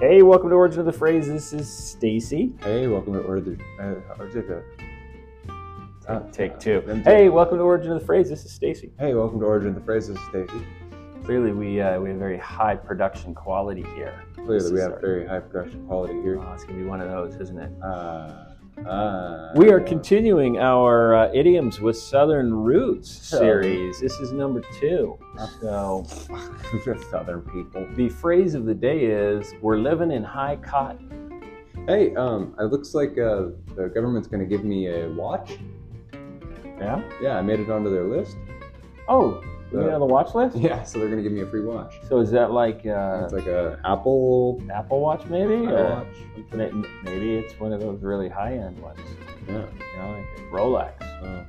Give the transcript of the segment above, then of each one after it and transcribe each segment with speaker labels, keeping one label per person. Speaker 1: Hey, welcome to Origin of the Phrase. This is Stacy.
Speaker 2: Hey, welcome to Order. Uh, Order- uh,
Speaker 1: Take two.
Speaker 2: them two.
Speaker 1: Hey, welcome to Origin of the Phrase. This is Stacy.
Speaker 2: Hey, welcome to Origin of the Phrase. This is Stacy.
Speaker 1: Clearly, we uh, we have very high production quality here.
Speaker 2: Clearly, we
Speaker 1: is
Speaker 2: have
Speaker 1: our-
Speaker 2: very high production quality here.
Speaker 1: Oh, it's gonna be one of those, isn't it?
Speaker 2: Uh, uh,
Speaker 1: We are continuing our uh, idioms with Southern roots
Speaker 2: So-
Speaker 1: series. This is number two. So
Speaker 2: Southern people.
Speaker 1: the phrase of the day is "We're living in high cotton."
Speaker 2: Hey, um, it looks like uh, the government's gonna give me a watch.
Speaker 1: Yeah.
Speaker 2: Yeah, I made it onto their list.
Speaker 1: Oh, you
Speaker 2: Uh,
Speaker 1: mean on the watch list?
Speaker 2: Yeah, so they're gonna give me a free watch.
Speaker 1: So is that like uh,
Speaker 2: It's like a Apple
Speaker 1: Apple Watch maybe? or-
Speaker 2: watch.
Speaker 1: May- Maybe it's one of those really high-end ones,
Speaker 2: Yeah.
Speaker 1: you know, like a Rolex.
Speaker 2: Uh,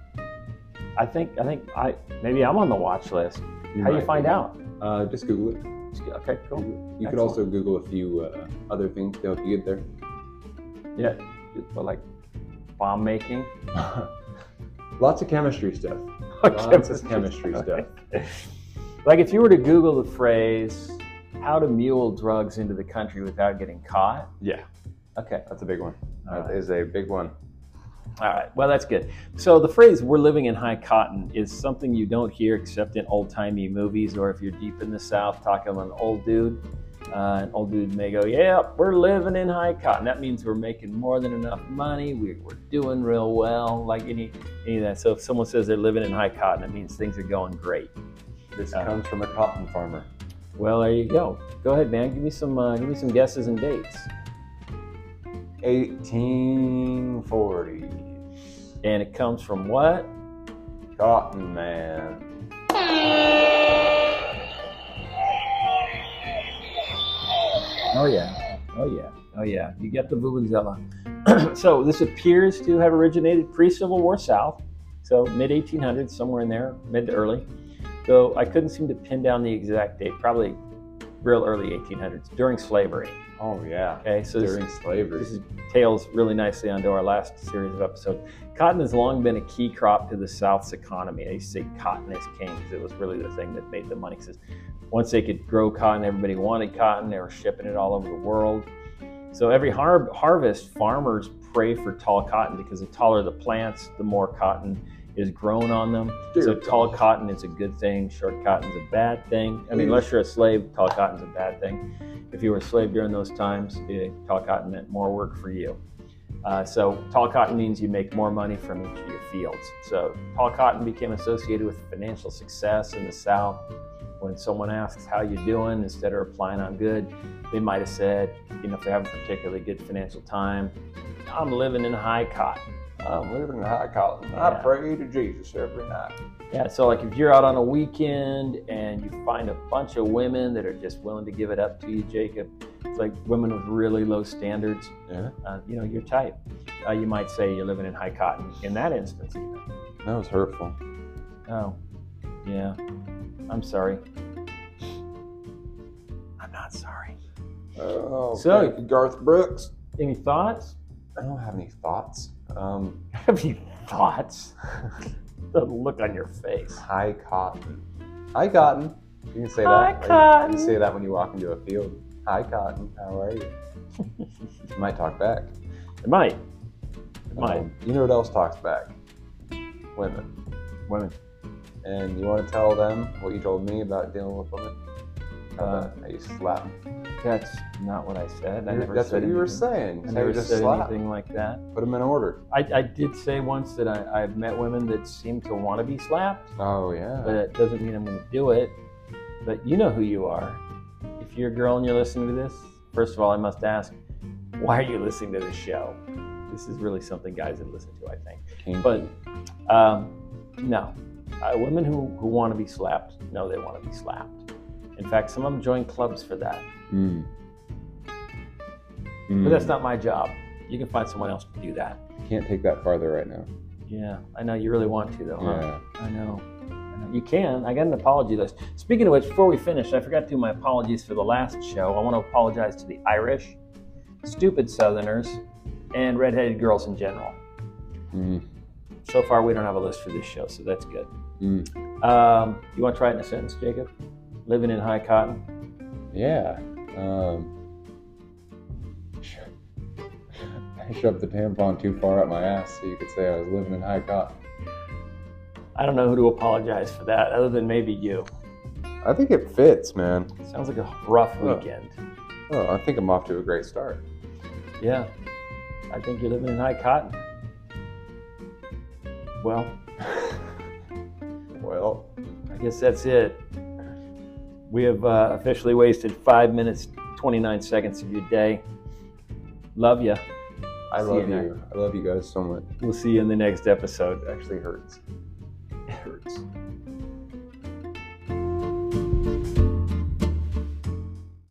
Speaker 1: I think I think I maybe I'm on the watch list. How do you
Speaker 2: might
Speaker 1: find
Speaker 2: be.
Speaker 1: out?
Speaker 2: Uh, just Google it.
Speaker 1: Okay, cool.
Speaker 2: You could
Speaker 1: Excellent.
Speaker 2: also Google a few uh, other things to help you get there.
Speaker 1: Yeah, but like bomb making.
Speaker 2: Lots of chemistry stuff. Lots of chemistry stuff.
Speaker 1: like if you were to Google the phrase "how to mule drugs into the country without getting caught,"
Speaker 2: Yeah,
Speaker 1: okay, Uh,
Speaker 2: that's a big one.
Speaker 1: All
Speaker 2: That
Speaker 1: right.
Speaker 2: is a big one.
Speaker 1: All right. Well, that's good. So the phrase "we're living in high cotton" is something you don't hear except in old-timey movies, or if you're deep in the South talking to an old dude. Uh, an old dude may go, "Yeah, we're living in high cotton. That means we're making more than enough money. We're, we're doing real well." Like any any of that. So if someone says they're living in high cotton, it means things are going great.
Speaker 2: This
Speaker 1: Uh,
Speaker 2: comes from a cotton farmer.
Speaker 1: Well, there you go. Go ahead, man. Give me some uh, give me some guesses and dates.
Speaker 2: 1840.
Speaker 1: And it comes from what?
Speaker 2: Cotton man.
Speaker 1: Oh yeah. Oh yeah. Oh yeah. You get the Vuvuzela. so this appears to have originated pre-Civil War South, so mid 1800s, somewhere in there, mid to early. Though I couldn't seem to pin down the exact date. Probably real early 1800s during slavery.
Speaker 2: Oh, yeah.
Speaker 1: Okay, so this,
Speaker 2: During slavery.
Speaker 1: this is tails really nicely onto our last series of episodes. Cotton has long been a key crop to the South's economy. They used to say cotton is king because it was really the thing that made the money. 'Cause once they could grow cotton, everybody wanted cotton. They were shipping it all over the world. So every har- harvest, farmers pray for tall cotton because the taller the plants, the more cotton is grown on them.
Speaker 2: Dear
Speaker 1: so
Speaker 2: God.
Speaker 1: tall cotton is a good thing. Short cotton's a bad thing. I mean, unless you're a slave, tall cotton's a bad thing. If you were a slave during those times, eh, tall cotton meant more work for you. Uh, so tall cotton means you make more money from each of your fields. So tall cotton became associated with financial success in the South. When someone asks how you doing, instead of replying I'm good, they might have said, you know, if they have a particularly good financial time, I'm living in high cotton.
Speaker 2: I'm living in high cotton.
Speaker 1: Yeah.
Speaker 2: I pray to Jesus every night.
Speaker 1: Yeah, so like if you're out on a weekend and you find a bunch of women that are just willing to give it up to you, Jacob, it's like women with really low standards,
Speaker 2: Yeah.
Speaker 1: uh, you know, your type. Uh, you might say you're living in high cotton in that instance. Even.
Speaker 2: That was hurtful.
Speaker 1: Oh, yeah. I'm sorry. I'm not sorry.
Speaker 2: Oh,
Speaker 1: So-
Speaker 2: thank you, Garth Brooks.
Speaker 1: Any thoughts?
Speaker 2: I don't have any thoughts. Um,
Speaker 1: Have you thoughts? the look on your face.
Speaker 2: high cotton. High cotton. You can say
Speaker 1: Hi,
Speaker 2: that. right?
Speaker 1: cotton.
Speaker 2: You say that when you walk into a field. Hi cotton. How are you? you might talk back.
Speaker 1: It might. It might.
Speaker 2: Um, you know what else talks back? Women.
Speaker 1: Women.
Speaker 2: And you want to tell them what you told me about dealing with women? How
Speaker 1: Uh,
Speaker 2: about I used to slap. 'em.
Speaker 1: That's not what I said. I
Speaker 2: You-
Speaker 1: never
Speaker 2: That's
Speaker 1: said
Speaker 2: what you were
Speaker 1: anything.
Speaker 2: saying.
Speaker 1: I
Speaker 2: They
Speaker 1: never
Speaker 2: were just
Speaker 1: said
Speaker 2: slap.
Speaker 1: anything like that.
Speaker 2: Put them in order.
Speaker 1: I, I did say once that I, I've met women that seem to want to be slapped,
Speaker 2: Oh yeah.
Speaker 1: but it doesn't mean I'm going to do it. But you know who you are. If you're a girl and you're listening to this, first of all, I must ask, why are you listening to this show? This is really something guys would listen to, I think.
Speaker 2: Kinky.
Speaker 1: But um, no, uh, women who, who want to be slapped know they want to be slapped. In fact, some of them join clubs for that.
Speaker 2: Mm.
Speaker 1: But
Speaker 2: Mm.
Speaker 1: that's not my job. You can find someone else to do that.
Speaker 2: Can't take that farther right now.
Speaker 1: Yeah, I know you really want to though. Huh?
Speaker 2: Yeah.
Speaker 1: I know. I know. You can. I got an apology list. Speaking of which, before we finish, I forgot to do my apologies for the last show. I want to apologize to the Irish, stupid Southerners, and redheaded girls in general.
Speaker 2: Mm.
Speaker 1: So far, we don't have a list for this show, so that's good.
Speaker 2: Mm.
Speaker 1: Um, you want to try it in a sentence, Jacob? Living in high cotton.
Speaker 2: Yeah. Um, I shoved the tampon too far up my ass, so you could say I was living in high cotton.
Speaker 1: I don't know who to apologize for that, other than maybe you.
Speaker 2: I think it fits, man.
Speaker 1: Sounds like a rough
Speaker 2: Huh.
Speaker 1: weekend.
Speaker 2: Oh, I think I'm off to a great start.
Speaker 1: Yeah, I think you're living in high cotton. Well,
Speaker 2: Well,
Speaker 1: I guess that's it. We have uh, officially wasted five minutes, 29 seconds of your day. Love ya.
Speaker 2: I
Speaker 1: See you
Speaker 2: love you.
Speaker 1: next-
Speaker 2: I love you guys so much.
Speaker 1: We'll see you in the next episode.
Speaker 2: It actually hurts. It hurts.